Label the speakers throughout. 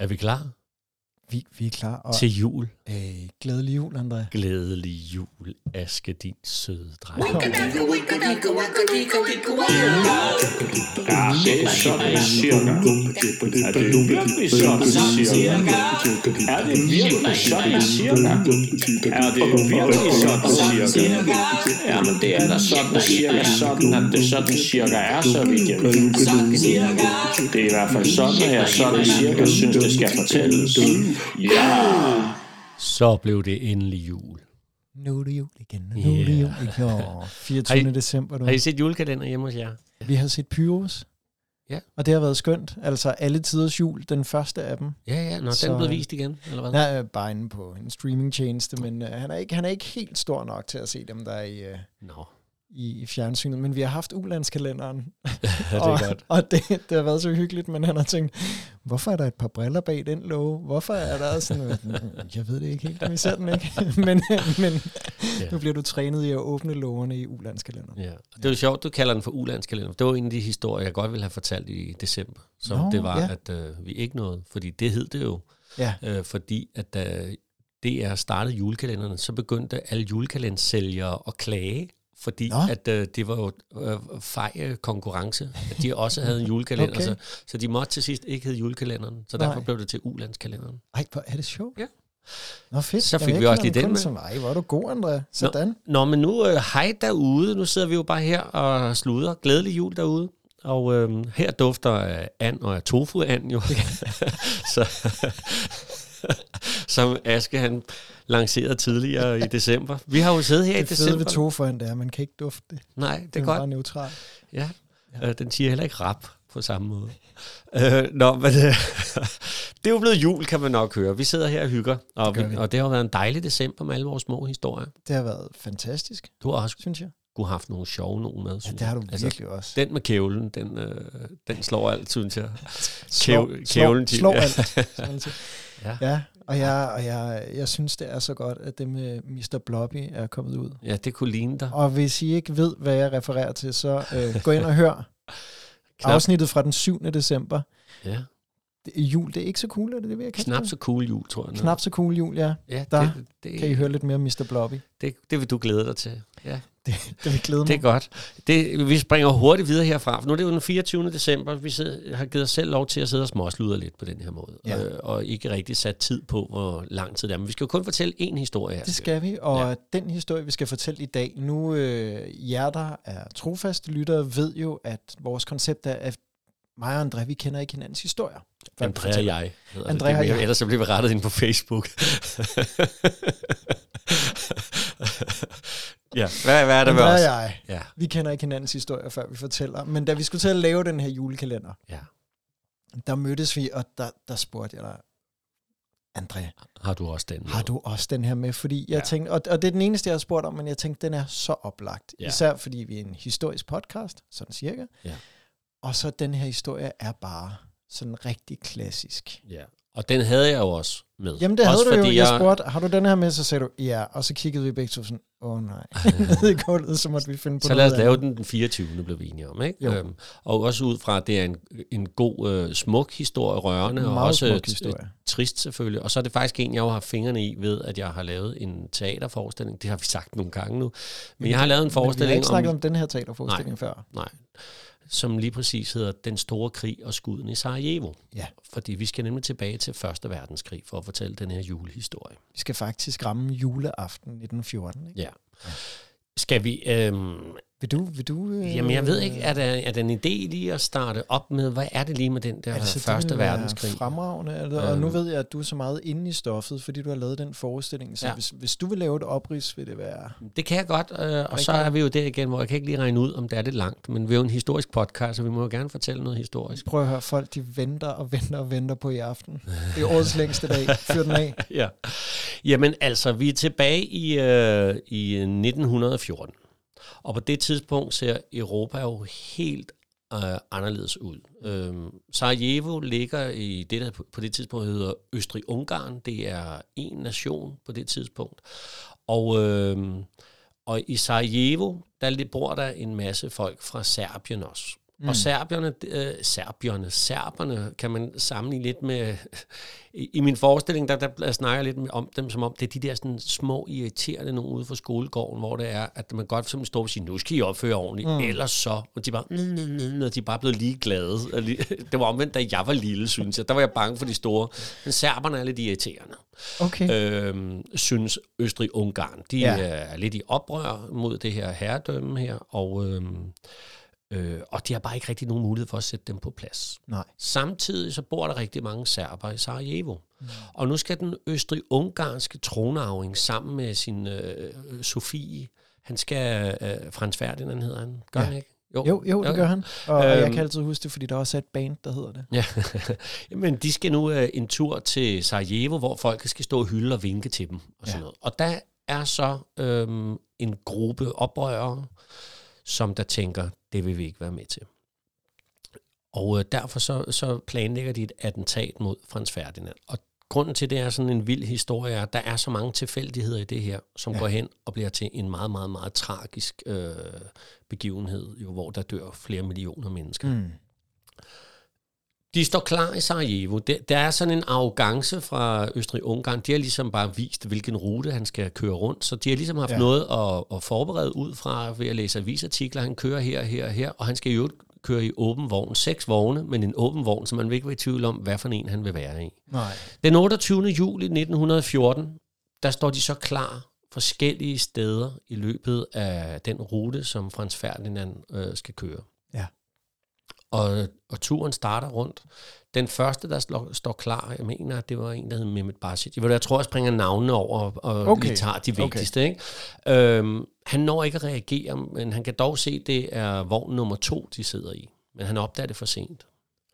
Speaker 1: Er vi klar
Speaker 2: Vi, vi er klar. Og,
Speaker 1: til jul?
Speaker 2: øh, glædelig jul, André.
Speaker 1: Glædelig jul, Aske, din søde dreng.
Speaker 3: Det er sådan cirka. Er det virkelig sådan cirka? Er det virkelig sådan cirka? Er det virkelig sådan cirka? Jamen det er da sådan cirka sådan, at det sådan cirka er, så vidt jeg ved. Det er i hvert fald sådan, at jeg sådan cirka synes, det skal fortælles. Ja!
Speaker 1: Så blev det endelig jul.
Speaker 2: Nu er det jul igen, og nu yeah. er det jul igen. Åh, 24.
Speaker 1: Har I-
Speaker 2: december, du.
Speaker 1: Har I set julekalender hjemme hos jer?
Speaker 2: Vi har set Pyros.
Speaker 1: Ja.
Speaker 2: Og det har været skønt. Altså alle tiders jul, den første af dem.
Speaker 1: Ja, ja, når
Speaker 2: Så- øh,
Speaker 1: den blev vist igen, eller hvad?
Speaker 2: Han er bare inde på en streamingtjeneste, men øh, han, er ikke, han er ikke helt stor nok til at se dem, der er i, øh,
Speaker 1: Nå,
Speaker 2: i, i fjernsynet. Men vi har haft ulandskalenderen,
Speaker 1: ja, det
Speaker 2: og,
Speaker 1: er godt.
Speaker 2: og det, det har været så hyggeligt, men han har tænkt, hvorfor er der et par briller bag den låge? Hvorfor er der sådan noget? "Mm, Jeg ved det ikke helt, vi ser den ikke. men øh, men
Speaker 1: Ja.
Speaker 2: nu bliver du trænet i at åbne lågerne i ulandskalenderen.
Speaker 1: Ja. Og det er jo sjovt, du kalder den for ulandskalender. Det var en af de historier, jeg godt ville have fortalt i december, som
Speaker 2: Nå,
Speaker 1: Nå, det var,
Speaker 2: ja.
Speaker 1: ja. at øh, vi ikke nåede. Fordi det hed det jo.
Speaker 2: Ja.
Speaker 1: Øh, fordi at da DR startede julekalenderne, så begyndte alle julekalendersælgere at klage, fordi
Speaker 2: Nå.
Speaker 1: Nå. at øh, det var jo øh, fej øh, konkurrence, at de også havde en julekalender.
Speaker 2: Okay.
Speaker 1: okay. så, så de måtte til sidst ikke hedde julekalenderen, så
Speaker 2: Nej.
Speaker 1: derfor blev det til ulandskalenderen.
Speaker 2: Ej, hvor er det sjovt.
Speaker 1: Ja.
Speaker 2: Nå fedt.
Speaker 1: Så
Speaker 2: Jamen,
Speaker 1: fik
Speaker 2: jeg
Speaker 1: vi også
Speaker 2: kender
Speaker 1: lige
Speaker 2: ham
Speaker 1: den
Speaker 2: kun
Speaker 1: med.
Speaker 2: Som, Ej, hvor er du god, André. Sådan.
Speaker 1: Nå, men nu, øh, hej derude. Nu sidder vi jo bare her og sluder. Glædelig jul derude. Og øhm, her dufter øh, and og af tofu-and jo. så, som Aske han lancerede tidligere i december. Vi har jo siddet her i
Speaker 2: Det fede ved
Speaker 1: december.
Speaker 2: toforen, det er, at man kan ikke dufte det.
Speaker 1: Nej, det er
Speaker 2: Den
Speaker 1: godt.
Speaker 2: bare neutral.
Speaker 1: Ja, øh, den siger heller ikke rap på samme måde. øh, nå, men øh, det er jo blevet jul, kan man nok høre. Vi sidder her og hygger, og,
Speaker 2: gør
Speaker 1: det
Speaker 2: vi.
Speaker 1: vi. og det har jo været en dejlig december med alle vores små historier.
Speaker 2: Det har været fantastisk,
Speaker 1: Du har også
Speaker 2: synes jeg.
Speaker 1: kunne have haft nogle sjove nogen med,
Speaker 2: Ja,
Speaker 1: synes
Speaker 2: det har du
Speaker 1: jeg.
Speaker 2: altså, virkelig også.
Speaker 1: Den med kævlen, den, øh, den slår alt, synes jeg.
Speaker 2: Slå-
Speaker 1: kæv-
Speaker 2: slå-
Speaker 1: kævlen til,
Speaker 2: Slå
Speaker 1: ja.
Speaker 2: alt. som man siger.
Speaker 1: Ja.
Speaker 2: ja, og, jeg, og jeg, jeg synes, det er så godt, at det med Mr. Blobby er kommet ud.
Speaker 1: Ja, det kunne ligne dig.
Speaker 2: Og hvis I ikke ved, hvad jeg refererer til, så øh, gå ind og hør
Speaker 1: Knap.
Speaker 2: afsnittet fra den 7. december.
Speaker 1: Ja.
Speaker 2: Det- Jul, det er ikke så cool, er det det, vi har kaldt
Speaker 1: Knap
Speaker 2: det?
Speaker 1: så cool jul, tror jeg. nu.
Speaker 2: Knap så cool jul, ja.
Speaker 1: Ja,
Speaker 2: der
Speaker 1: det, det,
Speaker 2: Kan I høre lidt mere om Mr. Blobby?
Speaker 1: det, det vil du glæde dig til. Ja.
Speaker 2: Det vil glæde
Speaker 1: Det
Speaker 2: mig.
Speaker 1: er godt. Det, vi springer hurtigt videre herfra, for nu er det jo den 24. december. Vi sidder, har givet os selv lov til at sidde og småsludre lidt på den her måde,
Speaker 2: Ja.
Speaker 1: ja. øh, og ikke rigtig sat tid på, hvor lang tid det er. Men vi skal jo kun fortælle én historie her.
Speaker 2: Det skal vi, og ja. den historie, vi skal fortælle i dag, nu øh, jer, der er trofaste lyttere, ved jo, at vores koncept er, at mig og André, vi kender ikke hinandens historier. Før vi
Speaker 1: Andrea og
Speaker 2: fortæller.
Speaker 1: jeg. hedder det.
Speaker 2: Andrea
Speaker 1: Det
Speaker 2: og
Speaker 1: mener-
Speaker 2: jeg.
Speaker 1: Ellers så bliver vi rettet ind på Facebook. ja, hvad, hvad er det med
Speaker 2: André og
Speaker 1: os?
Speaker 2: jeg,
Speaker 1: Ja,
Speaker 2: vi kender ikke hinandens historier, før vi fortæller. Men da vi skulle til at lave den her julekalender,
Speaker 1: ja.
Speaker 2: der mødtes vi, og der, der spurgte jeg dig, André,
Speaker 1: Har du også den?
Speaker 2: har du også den her med? Fordi jeg ja.
Speaker 1: Ja.
Speaker 2: tænkte, og, og det er den eneste, jeg har spurgt om, men jeg tænkte, den er så oplagt. Ja.
Speaker 1: Ja.
Speaker 2: Især fordi vi er en historisk podcast, sådan cirka.
Speaker 1: Ja.
Speaker 2: Og så den her historie er bare sådan rigtig klassisk.
Speaker 1: Ja. Og den havde jeg jo også med.
Speaker 2: Jamen det
Speaker 1: også
Speaker 2: havde du jo,
Speaker 1: fordi
Speaker 2: jeg spurgte, har du den her med? Så sagde du, ja, og så kiggede vi begge to sådan, åh oh, nej, ned i gulvet, så måtte vi finde på
Speaker 1: Så lad
Speaker 2: noget
Speaker 1: os lave den den 24. blev vi enige om, ikke?
Speaker 2: Jo.
Speaker 1: Øhm, og også ud fra, at det er en, en god, øh, smuk historie, rørende,
Speaker 2: andet.
Speaker 1: og
Speaker 2: Meget
Speaker 1: også
Speaker 2: smuk
Speaker 1: t-
Speaker 2: historie.
Speaker 1: trist selvfølgelig. Og så er det faktisk en, jeg jo har fingrene i ved, at jeg har lavet en teaterforestilling. Det har vi sagt nogle gange nu. Men jeg har lavet en
Speaker 2: Men vi har
Speaker 1: forestilling,
Speaker 2: ikke snakket
Speaker 1: om,
Speaker 2: om den her teaterforestilling før.
Speaker 1: som lige præcis hedder Den Store Krig og Skuden i Sarajevo.
Speaker 2: Ja.
Speaker 1: Fordi vi skal nemlig tilbage til Første Verdenskrig for at fortælle den her julehistorie.
Speaker 2: Vi skal faktisk ramme juleaften 1914. Ikke?
Speaker 1: Ja. Skal vi... Øhm,
Speaker 2: Vil du... Vil du øh,
Speaker 1: Jamen, jeg ved ikke, er der, er der en idé lige at starte op med, hvad er det lige med den der
Speaker 2: så, øh,
Speaker 1: altså,
Speaker 2: det
Speaker 1: første
Speaker 2: ville være
Speaker 1: verdenskrig?
Speaker 2: Fremragende, altså, og nu
Speaker 1: Øh.
Speaker 2: ved jeg, at du er så meget inde i stoffet, fordi du har lavet den forestilling. Så ja.
Speaker 1: Ja.
Speaker 2: hvis, hvis du vil lave et oprids, vil det være...
Speaker 1: Det kan jeg godt, øh, og
Speaker 2: Rigtig
Speaker 1: så er vi jo der igen, hvor jeg kan ikke lige regne ud, om det er lidt langt, men vi er jo en historisk podcast, så vi må jo gerne fortælle noget historisk.
Speaker 2: Prøv at høre, folk de venter og venter og venter på i aften. Det er årets længste dag. Fyr den af.
Speaker 1: Ja. Jamen altså, vi er tilbage i, øh, i 1914, og på det tidspunkt ser Europa jo helt øh, anderledes ud. Øhm, Sarajevo ligger i det, der på- på det tidspunkt hedder Østrig-Ungarn. Det er en nation på det tidspunkt. Og, øhm, og i Sarajevo, der li- bor der en masse folk fra Serbien også. Mm. Og serbierne, øh, serbierne, serberne kan man sammenligne lidt med... I, i min forestilling, der, der snakker jeg lidt om dem, som om det er de der sådan, små irriterende nogen ude for skolegården, hvor det er, at man godt simpelthen står og siger, nu skal I opføre ordentligt, mm. ellers så... Og de bare, mm, mm, mm, og de er bare blevet ligeglade. Og lige- Det var omvendt, da jeg var lille, synes jeg. Der var jeg bange for de store. Men serberne er lidt irriterende
Speaker 2: Okay.
Speaker 1: øh, synes Østrig-Ungarn. De
Speaker 2: Ja.
Speaker 1: ja. er lidt i oprør mod det her herredømme her, og, øh, øh, og de har bare ikke rigtig nogen mulighed for at sætte dem på plads.
Speaker 2: Nej.
Speaker 1: Samtidig så bor der rigtig mange serber i Sarajevo. Mm. Og nu skal den østrig-ungarske tronarving sammen med sin øh, øh, Sofie, han skal, øh, Frans Ferdinand hedder han, gør
Speaker 2: Ja.
Speaker 1: ja. han ikke?
Speaker 2: Jo, jo, det gør han. Og, og jeg
Speaker 1: Øhm.
Speaker 2: kan altid huske det, fordi der også er et band, der hedder det.
Speaker 1: Ja, men de skal nu øh, en tur til Sarajevo, hvor folk skal stå og hylde og vinke til dem og sådan
Speaker 2: Ja.
Speaker 1: ja. noget. Og der er så øhm, en gruppe oprørere, som der tænker, det vil vi ikke være med til. Og øh, derfor så, så planlægger de et attentat mod Frans Ferdinand. Og grunden til, det er sådan en vild historie, er, at der er så mange tilfældigheder i det her, som
Speaker 2: Ja.
Speaker 1: ja. går hen og bliver til en meget, meget, meget tragisk øh, begivenhed, jo, hvor der dør flere millioner mennesker.
Speaker 2: Mm.
Speaker 1: De står klar i Sarajevo. Der, der er sådan en arrogance fra Østrig-Ungarn. De har ligesom bare vist, hvilken rute han skal køre rundt. Så de har ligesom haft
Speaker 2: Ja.
Speaker 1: ja. noget at, at forberede ud fra ved at læse avisartikler. Han kører her, her og her, og han skal jo køre i åben vogn. Seks vogne, men en åben vogn, så man vil ikke være i tvivl om, hvad for en han vil være i.
Speaker 2: Nej.
Speaker 1: Den 28. juli 1914, der står de så klar forskellige steder i løbet af den rute, som Frans Ferdinand øh, skal køre.
Speaker 2: Ja.
Speaker 1: Og, og turen starter rundt. Den første, der slår, står klar, jeg mener, at det var en, der hed Mehmet Basic. Jeg, ved, jeg tror, jeg springer navnene over og
Speaker 2: Okay.
Speaker 1: okay. lige tager de vigtigste. Ikke? Øhm, han når ikke at reagere, men han kan dog se, at det er vogn nummer to, de sidder i. Men han opdager det for sent.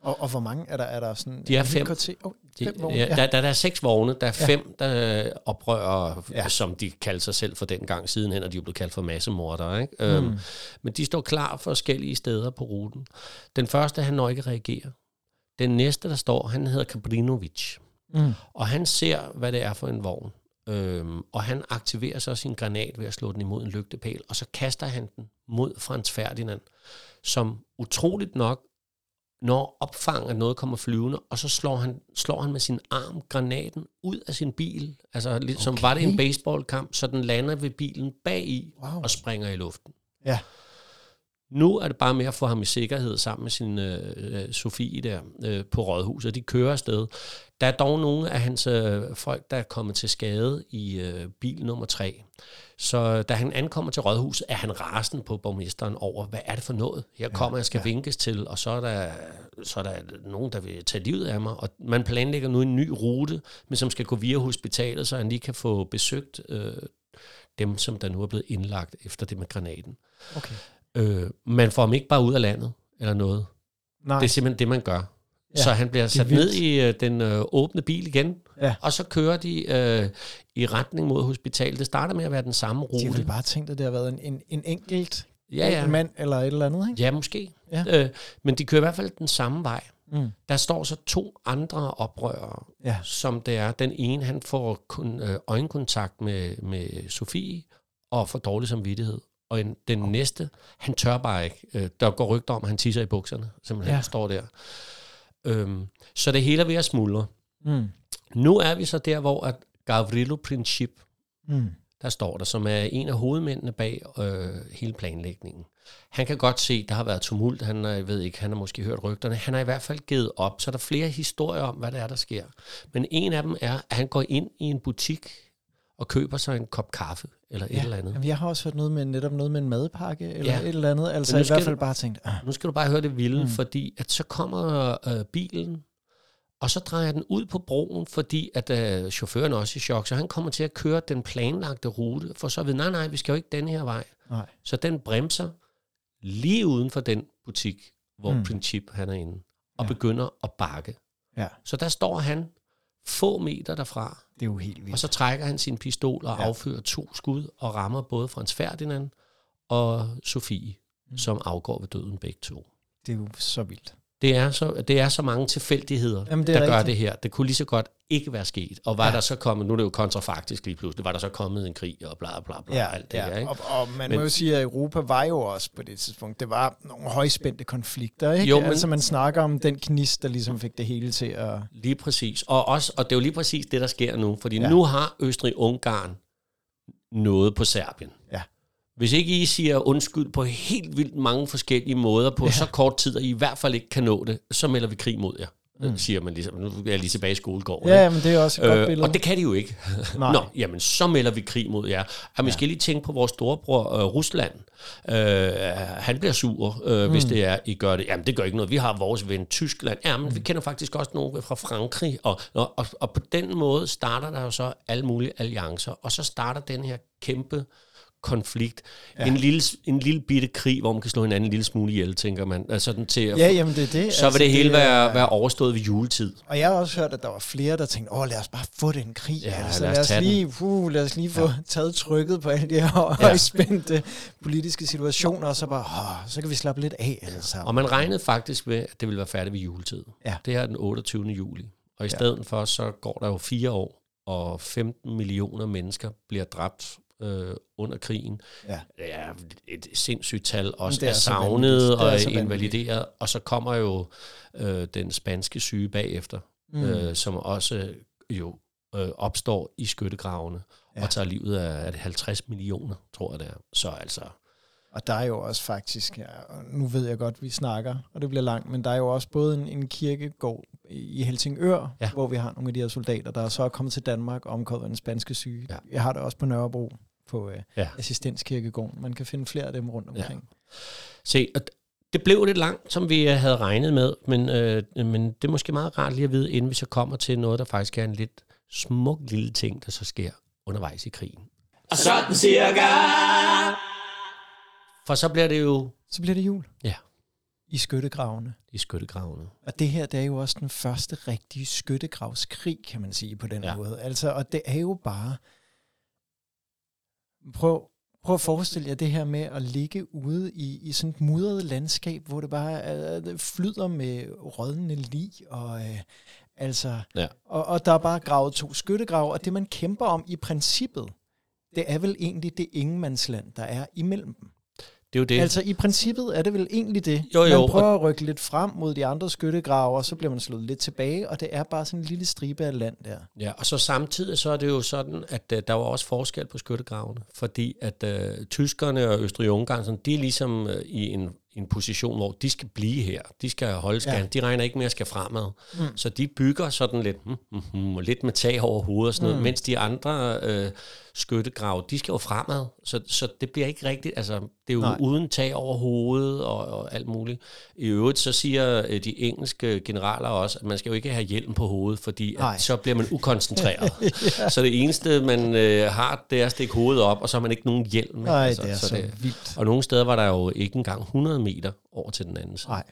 Speaker 2: Og, og hvor mange er der? Er der sådan
Speaker 1: De er
Speaker 2: en hel
Speaker 1: fem.
Speaker 2: korte- Oh,
Speaker 1: De,
Speaker 2: fem vogne.
Speaker 1: ja, der, der, der er seks vogne, der er
Speaker 2: Ja.
Speaker 1: ja. fem der oprører,
Speaker 2: Ja.
Speaker 1: ja. som de kaldte sig selv for dengang sidenhen, og de er jo blevet kaldt for massemordere. Ikke? Mm. Øhm, men de står klar for forskellige steder på ruten. Den første, han når ikke at reagere. Den næste, der står, han hedder Kabrinovic.
Speaker 2: Mm.
Speaker 1: Og han ser, hvad det er for en vogn. Øhm, og han aktiverer så sin granat ved at slå den imod en lygtepæl, og så kaster han den mod Frans Ferdinand, som utroligt nok når opfang, at noget kommer flyvende, og så slår han, slår han med sin arm granaten ud af sin bil, altså lidt okay. som var det en baseballkamp, så den lander ved bilen bagi
Speaker 2: Wow.
Speaker 1: og springer i luften.
Speaker 2: Ja.
Speaker 1: Nu er det bare med at få ham i sikkerhed sammen med sin øh, øh, Sofie der øh, på rådhuset. De kører afsted. Der er dog nogle af hans øh, folk, der er kommet til skade i øh, bil nummer tre. Så øh, da han ankommer til rådhuset, er han rasen på borgmesteren over, hvad er det for noget? Her kommer jeg, skal ja. vinkes til, og så er, der, så er der nogen, der vil tage livet af mig. Og man planlægger nu en ny rute, men som skal gå via hospitalet, så han lige kan få besøgt øh, dem, som der nu er blevet indlagt efter det med granaten.
Speaker 2: Okay.
Speaker 1: Øh, man får ham ikke bare ud af landet eller noget.
Speaker 2: Nej.
Speaker 1: Det er simpelthen det, man gør.
Speaker 2: Ja,
Speaker 1: Ja, så han bliver sat
Speaker 2: vildt.
Speaker 1: ned i øh, den øh, åbne bil igen,
Speaker 2: Ja.
Speaker 1: og så kører de øh, i retning mod hospitalet. Det starter med at være den samme
Speaker 2: De har vel
Speaker 1: rute.
Speaker 2: bare tænkt, at det har været en, en, en enkelt
Speaker 1: Ja, ja.
Speaker 2: mand eller et eller andet, ikke?
Speaker 1: Ja, måske.
Speaker 2: Ja.
Speaker 1: Øh, men de kører i hvert fald den samme vej.
Speaker 2: Mm.
Speaker 1: Der står så to andre oprørere,
Speaker 2: Ja.
Speaker 1: som det er. Den ene, han får kun, øh, øjenkontakt med, med Sofie og får dårlig samvittighed. Og en, den næste, han tør bare ikke. Øh, der går rygter om, at han tisser i bukserne, simpelthen
Speaker 2: Ja.
Speaker 1: ja. står der. Øhm, så det hele er ved at smuldre.
Speaker 2: Mm.
Speaker 1: Nu er vi så der, hvor at Gavrilo Princip,
Speaker 2: Mm.
Speaker 1: der står der, som er en af hovedmændene bag øh, hele planlægningen. Han kan godt se, der har været tumult, han er, jeg ved ikke, han har måske hørt rygterne, han har i hvert fald givet op, så der er flere historier om, hvad der er, der sker. Men en af dem er, at han går ind i en butik og køber sig en kop kaffe, eller ja. et eller andet.
Speaker 2: Jamen, jeg har også hørt noget med, netop noget med en madpakke eller
Speaker 1: Ja.
Speaker 2: et eller andet.
Speaker 1: nu
Speaker 2: Altså i hvert
Speaker 1: skal
Speaker 2: fald
Speaker 1: du-
Speaker 2: bare tænkt, ah,
Speaker 1: Nu skal du bare høre det vilde,
Speaker 2: Mm.
Speaker 1: mm. fordi at så kommer øh, bilen, og så drejer den ud på broen, fordi at øh, chaufføren er også i chok, så han kommer til at køre den planlagte rute, for så ved nej, nej, vi skal jo ikke den her vej.
Speaker 2: nej.
Speaker 1: Så den bremser lige uden for den butik, hvor
Speaker 2: Mm.
Speaker 1: mm. Princip han er inde, og
Speaker 2: Ja.
Speaker 1: ja. begynder at bakke.
Speaker 2: Ja.
Speaker 1: Så der står han få meter derfra,
Speaker 2: Det er jo helt
Speaker 1: og
Speaker 2: vildt.
Speaker 1: så trækker han sin pistol og
Speaker 2: Ja.
Speaker 1: ja. affyrer to skud og rammer både Frans Ferdinand og Sofie,
Speaker 2: Mm.
Speaker 1: Hmm. mm. som afgår ved døden begge to.
Speaker 2: Det er jo så vildt.
Speaker 1: Det er så, det er så mange tilfældigheder, Jamen, det der rigtigt. gør det her. Det kunne lige så godt ikke være sket. Og var ja. der så kommet, nu er det jo kontrafaktisk lige pludselig, var der så kommet en krig og bla bla bla
Speaker 2: Ja,
Speaker 1: og alt det
Speaker 2: ja.
Speaker 1: her. Ikke?
Speaker 2: Og, og man men, må jo sige, at Europa var jo også på det tidspunkt, det var nogle højspændte konflikter, ikke?
Speaker 1: Jo,
Speaker 2: Jo,
Speaker 1: men-
Speaker 2: men, altså man snakker om den knist, der ligesom fik det hele til at...
Speaker 1: Lige præcis. Og, også, og det er jo lige præcis det, der sker nu. Fordi ja. nu har Østrig-Ungarn noget på Serbien.
Speaker 2: Ja.
Speaker 1: Hvis ikke I siger undskyld på helt vildt mange forskellige måder på ja. så kort tid, at I i hvert fald ikke kan nå det, så melder vi krig mod jer, mm. siger man ligesom. Nu er jeg lige tilbage i skolegården.
Speaker 2: Ja, men det er også et øh, godt
Speaker 1: Øh,
Speaker 2: billede.
Speaker 1: og det kan de jo ikke.
Speaker 2: Nej.
Speaker 1: Nå, jamen så melder vi krig mod jer. Og man skal lige tænke på vores storebror øh, Rusland. Øh, han bliver sur, øh, mm. hvis det er, I gør det. Jamen det gør ikke noget. Vi har vores ven Tyskland. Jamen mm. vi kender faktisk også nogen fra Frankrig. Og, og, og, og på den måde starter der jo så alle mulige alliancer. Og så starter den her kæmpe konflikt. Ja. En, lille, en lille bitte krig, hvor man kan slå hinanden en lille smule ihjel, tænker man. Altså, sådan til at
Speaker 2: ja, jamen det er det.
Speaker 1: så vil det hele
Speaker 2: er-
Speaker 1: være, være overstået ved juletid.
Speaker 2: Og jeg har også hørt, at der var flere, der tænkte, åh, lad os bare få den krig.
Speaker 1: Ja,
Speaker 2: Ja, altså,
Speaker 1: lad
Speaker 2: lad,
Speaker 1: os
Speaker 2: lad, os
Speaker 1: tage den."
Speaker 2: lige, uh, lad os lige få ja. taget trykket på alle de her
Speaker 1: Ja.
Speaker 2: højspændte politiske situationer, og så bare, åh, så kan vi slappe lidt af alle
Speaker 1: Og
Speaker 2: sammen.
Speaker 1: man regnede faktisk med, at det ville være færdigt ved juletid.
Speaker 2: Ja.
Speaker 1: Det her er den 28. juli. Og i stedet for, så går der jo fire år, og 15 millioner mennesker bliver dræbt øh, under krigen.
Speaker 2: Ja.
Speaker 1: Det er et sindssygt tal, også
Speaker 2: det
Speaker 1: er,
Speaker 2: er
Speaker 1: er
Speaker 2: så
Speaker 1: savnet
Speaker 2: vanvittigt.
Speaker 1: og
Speaker 2: Det er
Speaker 1: er
Speaker 2: så vanvittigt.
Speaker 1: invalideret. Og så kommer jo øh, den spanske syge bagefter, mm. øh, som også jo øh, opstår i skyttegravene ja. og tager livet af er det 50 millioner, tror jeg det er. Så altså,
Speaker 2: Og der er jo også faktisk, ja, og nu ved jeg godt, vi snakker, og det bliver langt, men der er jo også både en, en kirkegård i Helsingør,
Speaker 1: Ja.
Speaker 2: ja. hvor vi har nogle af de her soldater, der så er kommet til Danmark og omkommet af den spanske syge.
Speaker 1: Ja.
Speaker 2: Ja. Jeg har det også på Nørrebro på øh,
Speaker 1: Ja.
Speaker 2: ja. assistenskirkegården. Man kan finde flere af dem rundt omkring.
Speaker 1: Se, og det blev lidt langt, som vi øh, havde regnet med, men, øh, men det er måske meget rart lige at vide, inden vi så kommer til noget, der faktisk er en lidt smuk lille ting, der så sker undervejs i krigen.
Speaker 3: Og sådan cirka.
Speaker 1: For så bliver det jo
Speaker 2: Så bliver det jul
Speaker 1: ja,
Speaker 2: i skyttegravene.
Speaker 1: i skyttegravene.
Speaker 2: Og det her, det er jo også den første rigtige skyttegravskrig, kan man sige på den
Speaker 1: Ja.
Speaker 2: ja. måde. Altså, og det er jo bare... Prøv, prøv at forestille jer det her med at ligge ude i, i sådan et mudret landskab, hvor det bare øh, det flyder med rådne lig, og, øh, altså,
Speaker 1: Ja.
Speaker 2: og, og der er bare gravet to skyttegrave, og det man kæmper om i princippet, det er vel egentlig det ingenmandsland, der er imellem dem.
Speaker 1: Det er jo det.
Speaker 2: Altså i princippet er det vel egentlig det.
Speaker 1: Jo, jo,
Speaker 2: man prøver at rykke lidt frem mod de andre skyttegrave, og så bliver man slået lidt tilbage, og det er bare sådan en lille stribe af land der.
Speaker 1: Ja, og så samtidig så er det jo sådan, at uh, der var også forskel på skyttegravene, fordi at uh, tyskerne og Østrig-Ungarn, sådan, de er ligesom uh, i en, en position, hvor de skal blive her, de skal holde skan, ja.
Speaker 2: Ja.
Speaker 1: de regner ikke med at skal fremad, mm. så de bygger sådan lidt, mm, mm, mm, og lidt med tag over hovedet og sådan mm. noget, mens de andre uh, skyttegrave, de skal jo fremad, så, så det bliver ikke rigtigt, altså det er jo Nej.
Speaker 2: Nej.
Speaker 1: uden tag over hovedet og, og alt muligt. I øvrigt så siger øh, de engelske generaler også, at man skal jo ikke have hjelm på hovedet, fordi
Speaker 2: Nej.
Speaker 1: at så bliver man ukoncentreret. ja. Så det eneste, man øh, har, det er at stikke hovedet op, og så har man ikke nogen hjelm.
Speaker 2: Nej, det er altså, så, vildt.
Speaker 1: Og nogle steder var der jo ikke engang 100 meter over til den anden side.
Speaker 2: Nej,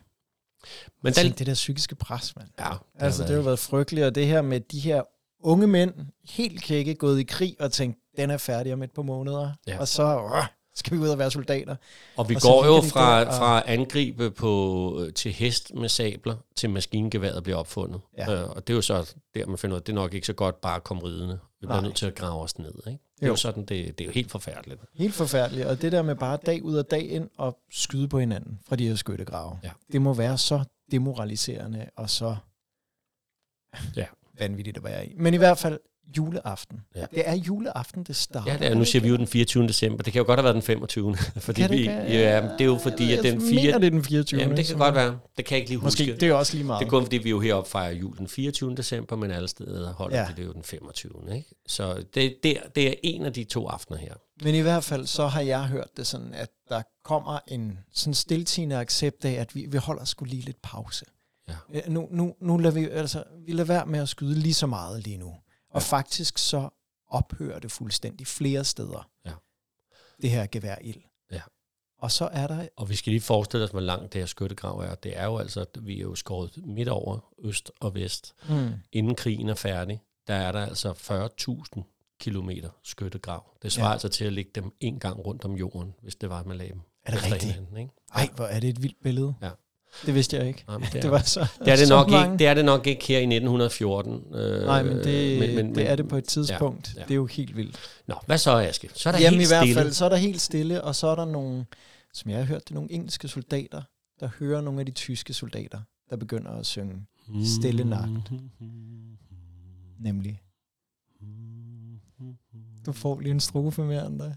Speaker 1: Men den,
Speaker 2: Tænk, det der psykiske pres, mand.
Speaker 1: ja,
Speaker 2: Altså det har jo været frygteligt, og det her med de her unge mænd, helt kække, gået i krig og tænkt, den er færdig om et par måneder,
Speaker 1: Ja.
Speaker 2: ja. og så øh, skal vi ud og være soldater.
Speaker 1: Og vi
Speaker 2: Og så
Speaker 1: går
Speaker 2: ligger
Speaker 1: jo
Speaker 2: de
Speaker 1: fra,
Speaker 2: der og-
Speaker 1: fra angribe på, øh, til hest med sabler, til maskingeværet bliver opfundet.
Speaker 2: Ja.
Speaker 1: Øh, og det er jo så der, man finder ud af, det er nok ikke så godt bare at komme ridende. Vi bliver
Speaker 2: Nej.
Speaker 1: nødt til at grave os ned. Ikke? Det er jo,
Speaker 2: Jo.
Speaker 1: sådan, det, det er jo helt forfærdeligt.
Speaker 2: Helt forfærdeligt, og det der med bare dag ud og dag ind og skyde på hinanden fra de her skyttegrave,
Speaker 1: Ja.
Speaker 2: det må være så demoraliserende og så
Speaker 1: Ja.
Speaker 2: vanvittigt at være i. Men i hvert fald juleaften.
Speaker 1: Ja.
Speaker 2: Ja. Det er juleaften, det starter.
Speaker 1: Ja, det er, nu siger vi jo den 24. december. Det kan jo godt have været den 25. Fordi
Speaker 2: Kan det
Speaker 1: vi,
Speaker 2: ikke være-
Speaker 1: ja, men det er jo fordi, at den
Speaker 2: Jeg mener,
Speaker 1: 4.
Speaker 2: det er den 24.
Speaker 1: Jamen, det kan
Speaker 2: så-
Speaker 1: godt være. Det kan jeg ikke lige huske.
Speaker 2: Måske, det er også lige meget.
Speaker 1: Det er kun fordi, vi jo heroppe fejrer jul den 24. december, men alle steder holder ja.
Speaker 2: Ja.
Speaker 1: det, det er jo den 25. Ikke? Så det, det, er- det er en af de to aftener her.
Speaker 2: Men i hvert fald, så har jeg hørt det sådan, at der kommer en sådan stiltigende accept af, at vi, vi holder sgu lige lidt pause.
Speaker 1: Ja.
Speaker 2: Øh, Nu, nu, nu lader vi, altså, vi lader være med at skyde lige så meget lige nu. Og faktisk så ophører det fuldstændig flere steder.
Speaker 1: Ja.
Speaker 2: Det her geværild.
Speaker 1: Ja.
Speaker 2: Og så er der,
Speaker 1: Og vi skal lige forestille os, hvor langt det her skyttegrav er. Det er jo altså, at vi er jo skåret midt over øst og vest.
Speaker 2: mm,
Speaker 1: Inden krigen er færdig, der er der altså 40.000 kilometer skyttegrav. Det svarer ja.
Speaker 2: Ja.
Speaker 1: altså til at lægge dem Altså, en gang rundt om jorden, hvis det var, at man lagde dem.
Speaker 2: er det
Speaker 1: efter
Speaker 2: rigtigt?
Speaker 1: hinanden, ikke?
Speaker 2: Ej, hvor er det et vildt billede.
Speaker 1: Ja.
Speaker 2: Det vidste jeg ikke.
Speaker 1: Nej, men det, er,
Speaker 2: Det var så
Speaker 1: det, er det,
Speaker 2: så
Speaker 1: nok
Speaker 2: mange.
Speaker 1: ikke, det er det nok ikke her i 1914. Øh,
Speaker 2: Nej, men det, men, men, det er det på et tidspunkt.
Speaker 1: ja.
Speaker 2: Ja, ja. Det er jo helt vildt.
Speaker 1: Nå, hvad så, Aske? Så er der
Speaker 2: Jamen i
Speaker 1: helt
Speaker 2: hvert
Speaker 1: stille.
Speaker 2: fald, så er der helt stille, og så er der nogle, som jeg har hørt, det er nogle engelske soldater, der hører nogle af de tyske soldater, der begynder at synge, stille nagt. nemlig. Du får lige en strofe mere end dig.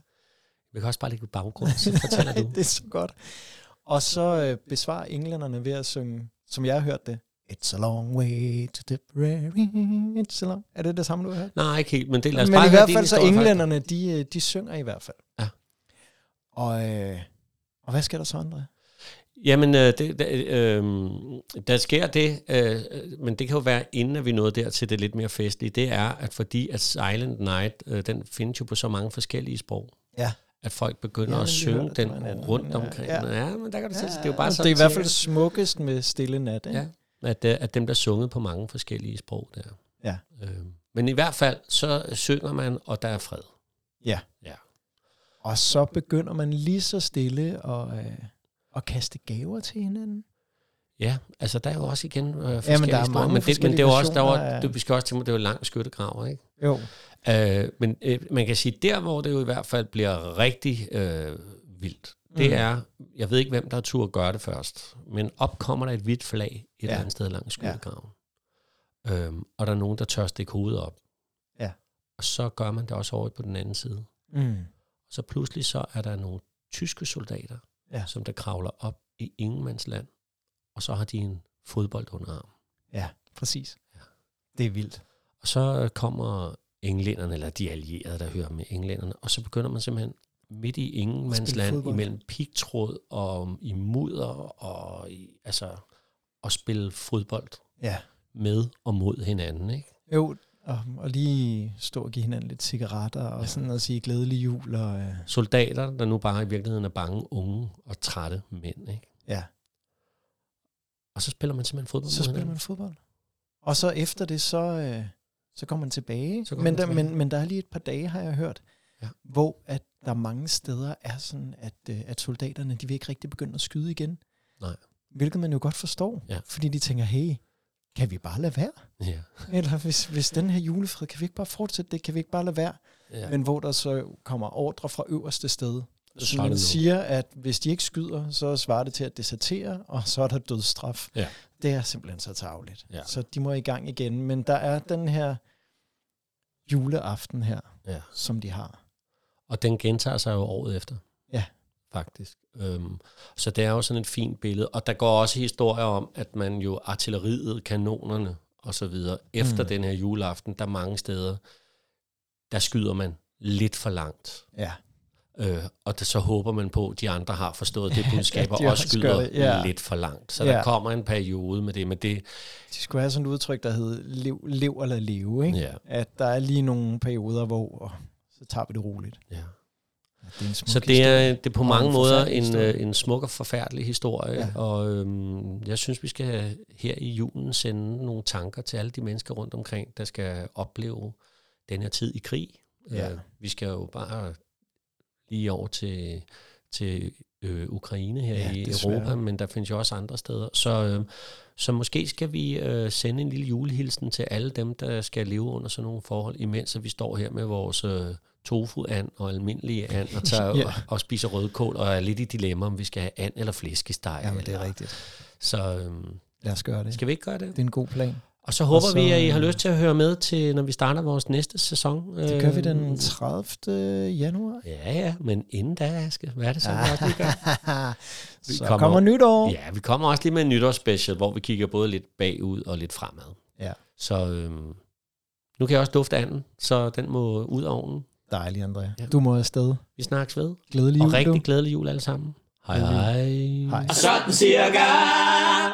Speaker 1: Vi kan også bare lægge i baggrunden, så fortæller du.
Speaker 2: det er så godt. Og så øh, besvarer englænderne ved at synge, som jeg har hørt det, It's a long way to the prairie. It's a long... Er det det samme, du har hørt?
Speaker 1: Nej, ikke helt, men det lad os
Speaker 2: Men
Speaker 1: bare
Speaker 2: i
Speaker 1: høre
Speaker 2: hvert
Speaker 1: din
Speaker 2: fald så
Speaker 1: historie først.
Speaker 2: englænderne, de, øh, de synger i hvert fald.
Speaker 1: Ja.
Speaker 2: Og, øh, og hvad sker der så, André?
Speaker 1: Jamen, øh, det, det, øh, der sker det, øh, øh, men det kan jo være, inden at vi nåede der til det lidt mere festlige, det er, at fordi at Silent Night, øh, den findes jo på så mange forskellige sprog,
Speaker 2: Ja.
Speaker 1: at folk begynder
Speaker 2: Ja,
Speaker 1: at
Speaker 2: vi
Speaker 1: synge
Speaker 2: hørte,
Speaker 1: den
Speaker 2: det var en anden,
Speaker 1: rundt
Speaker 2: ja,
Speaker 1: omkring. Ja,
Speaker 2: ja.
Speaker 1: men der kan du ja, det er jo bare
Speaker 2: Altså,
Speaker 1: sådan
Speaker 2: det er i hvert fald
Speaker 1: ting,
Speaker 2: smukkest med stille nat, ikke?
Speaker 1: Ja. at, øh, at dem der sunget på mange forskellige sprog der.
Speaker 2: Ja.
Speaker 1: Øh, men i hvert fald, så synger man, og der er fred.
Speaker 2: Og så begynder man lige så stille at, øh, at kaste gaver til hinanden.
Speaker 1: Ja, altså der er jo også igen øh, forskellige
Speaker 2: der er
Speaker 1: sprog,
Speaker 2: mange
Speaker 1: men det, men det er jo også, der
Speaker 2: forskellige
Speaker 1: var,
Speaker 2: versioner
Speaker 1: du
Speaker 2: af-
Speaker 1: vi skal også tænke mig, det er jo lang skyttegrav, ikke?
Speaker 2: Jo.
Speaker 1: Øh, men øh, man kan sige, der hvor det jo i hvert fald bliver rigtig øh, vildt, det
Speaker 2: Mm.
Speaker 1: er, jeg ved ikke, hvem der turde gøre det først, men op kommer der et hvidt flag et ja.
Speaker 2: Ja.
Speaker 1: eller andet sted langs skydegraven. Ja. Øhm, og der er nogen, der tør stikke hovedet op.
Speaker 2: Ja.
Speaker 1: Og så gør man det også over på den anden side.
Speaker 2: Mm.
Speaker 1: Så pludselig så er der nogle tyske soldater,
Speaker 2: Ja.
Speaker 1: som der kravler op i ingenmandsland, og så har de en fodbold under armen.
Speaker 2: Ja, præcis. Det er vildt.
Speaker 1: Og så øh, kommer englænderne, eller de allierede, der hører med englænderne, og så begynder man simpelthen midt i
Speaker 2: Spille
Speaker 1: ingenmandsland,
Speaker 2: fodbold.
Speaker 1: imellem pigtråd og i mudder, og i, altså at spille fodbold
Speaker 2: Ja.
Speaker 1: med og mod hinanden, ikke?
Speaker 2: Jo, og, og lige stå og give hinanden lidt cigaretter og
Speaker 1: Ja.
Speaker 2: ja. sådan at sige glædelig jul. Og, øh,
Speaker 1: Soldater, der nu bare i virkeligheden er bange unge og trætte mænd, ikke?
Speaker 2: ja.
Speaker 1: Og så spiller man simpelthen fodbold
Speaker 2: Så
Speaker 1: mod
Speaker 2: spiller
Speaker 1: hinanden.
Speaker 2: man fodbold. Og så efter det, så, øh, så kommer man tilbage.
Speaker 1: Så
Speaker 2: Så
Speaker 1: kommer man
Speaker 2: men, der,
Speaker 1: tilbage.
Speaker 2: Men, men der er lige et par dage, har jeg hørt,
Speaker 1: Ja.
Speaker 2: ja. hvor at der mange steder er sådan, at, øh, at soldaterne, de vil ikke rigtig begynde at skyde igen.
Speaker 1: Nej.
Speaker 2: Hvilket man jo godt forstår,
Speaker 1: Ja.
Speaker 2: fordi de tænker, hey, kan vi bare lade være?
Speaker 1: Ja.
Speaker 2: Eller hvis, hvis den her julefred, kan vi ikke bare fortsætte det? Kan vi ikke bare lade være?
Speaker 1: Ja.
Speaker 2: Ja. Men hvor der så kommer ordre fra øverste sted,
Speaker 1: Så
Speaker 2: som
Speaker 1: svarer
Speaker 2: man
Speaker 1: det nu.
Speaker 2: siger, at hvis de ikke skyder, så svarer det til at desertere, og så er der dødsstraf.
Speaker 1: Ja.
Speaker 2: Det er simpelthen så tageligt.
Speaker 1: Ja.
Speaker 2: Så de må i gang igen. Men der er den her juleaften her,
Speaker 1: Ja.
Speaker 2: som de har.
Speaker 1: Og den gentager sig jo året efter.
Speaker 2: Ja.
Speaker 1: Faktisk. Øhm, så det er jo sådan et fint billede. Og der går også historier om, at man jo artilleriet, kanonerne og så videre, efter
Speaker 2: Mm.
Speaker 1: den her juleaften, der er mange steder, der skyder man lidt for langt.
Speaker 2: Ja.
Speaker 1: Øh, og det, så håber man på, at de andre har forstået det budskab, og
Speaker 2: de
Speaker 1: også
Speaker 2: også gør
Speaker 1: skyder
Speaker 2: det, ja.
Speaker 1: lidt for langt. Så der
Speaker 2: Ja.
Speaker 1: kommer en periode med det, men det,
Speaker 2: De skulle have sådan et udtryk, der hed lev, lev eller leve. Ikke?
Speaker 1: ja,
Speaker 2: At der er lige nogle perioder, hvor og så tager vi det roligt.
Speaker 1: ja.
Speaker 2: Ja, det er en smuk
Speaker 1: Så det er, det er på
Speaker 2: Og
Speaker 1: mange
Speaker 2: en
Speaker 1: måder
Speaker 2: forfærdelig
Speaker 1: en,
Speaker 2: historie.
Speaker 1: øh, en smuk og forfærdelig historie, ja.
Speaker 2: Ja.
Speaker 1: og øhm, jeg synes, vi skal her i julen sende nogle tanker til alle de mennesker rundt omkring, der skal opleve den her tid i krig.
Speaker 2: Ja.
Speaker 1: Øh, vi skal jo bare lige over til, til øh, Ukraine her
Speaker 2: Ja,
Speaker 1: ja, i
Speaker 2: desværre.
Speaker 1: Europa, men der findes jo også andre steder. Så, øh, så måske skal vi øh, sende en lille julehilsen til alle dem, der skal leve under sådan nogle forhold, imens at vi står her med vores øh, tofu-and og almindelige and og, tager,
Speaker 2: Ja.
Speaker 1: og, og spiser rødkål og er lidt i dilemma, om vi skal have and eller flæskesteg.
Speaker 2: Ja, men det er
Speaker 1: eller-
Speaker 2: rigtigt.
Speaker 1: Så øh,
Speaker 2: Lad os gøre det.
Speaker 1: skal vi ikke gøre det?
Speaker 2: Det er en god plan.
Speaker 1: Og så håber
Speaker 2: så,
Speaker 1: vi, at I har
Speaker 2: øh,
Speaker 1: lyst til at høre med til, når vi starter vores næste sæson.
Speaker 2: Det gør vi
Speaker 1: Øh,
Speaker 2: den 30. januar.
Speaker 1: Ja, ja, men inden da, Aske, hvad er det så,
Speaker 2: Ah.
Speaker 1: vi også lige gør? Vi
Speaker 2: så
Speaker 1: kommer-
Speaker 2: kommer, kommer nytår.
Speaker 1: Ja, vi kommer også lige med en nytårsspecial, hvor vi kigger både lidt bagud og lidt fremad.
Speaker 2: Ja.
Speaker 1: Så øhm, nu kan jeg også dufte anden, så den må ud af ovnen.
Speaker 2: Dejligt, Andrea.
Speaker 1: Ja.
Speaker 2: Du må afsted.
Speaker 1: Vi snakkes ved.
Speaker 2: Glædelig
Speaker 1: Og
Speaker 2: jul, du.
Speaker 1: rigtig glædelig jul alle sammen. Hej hej.
Speaker 2: Hej.
Speaker 3: Sådan cirka.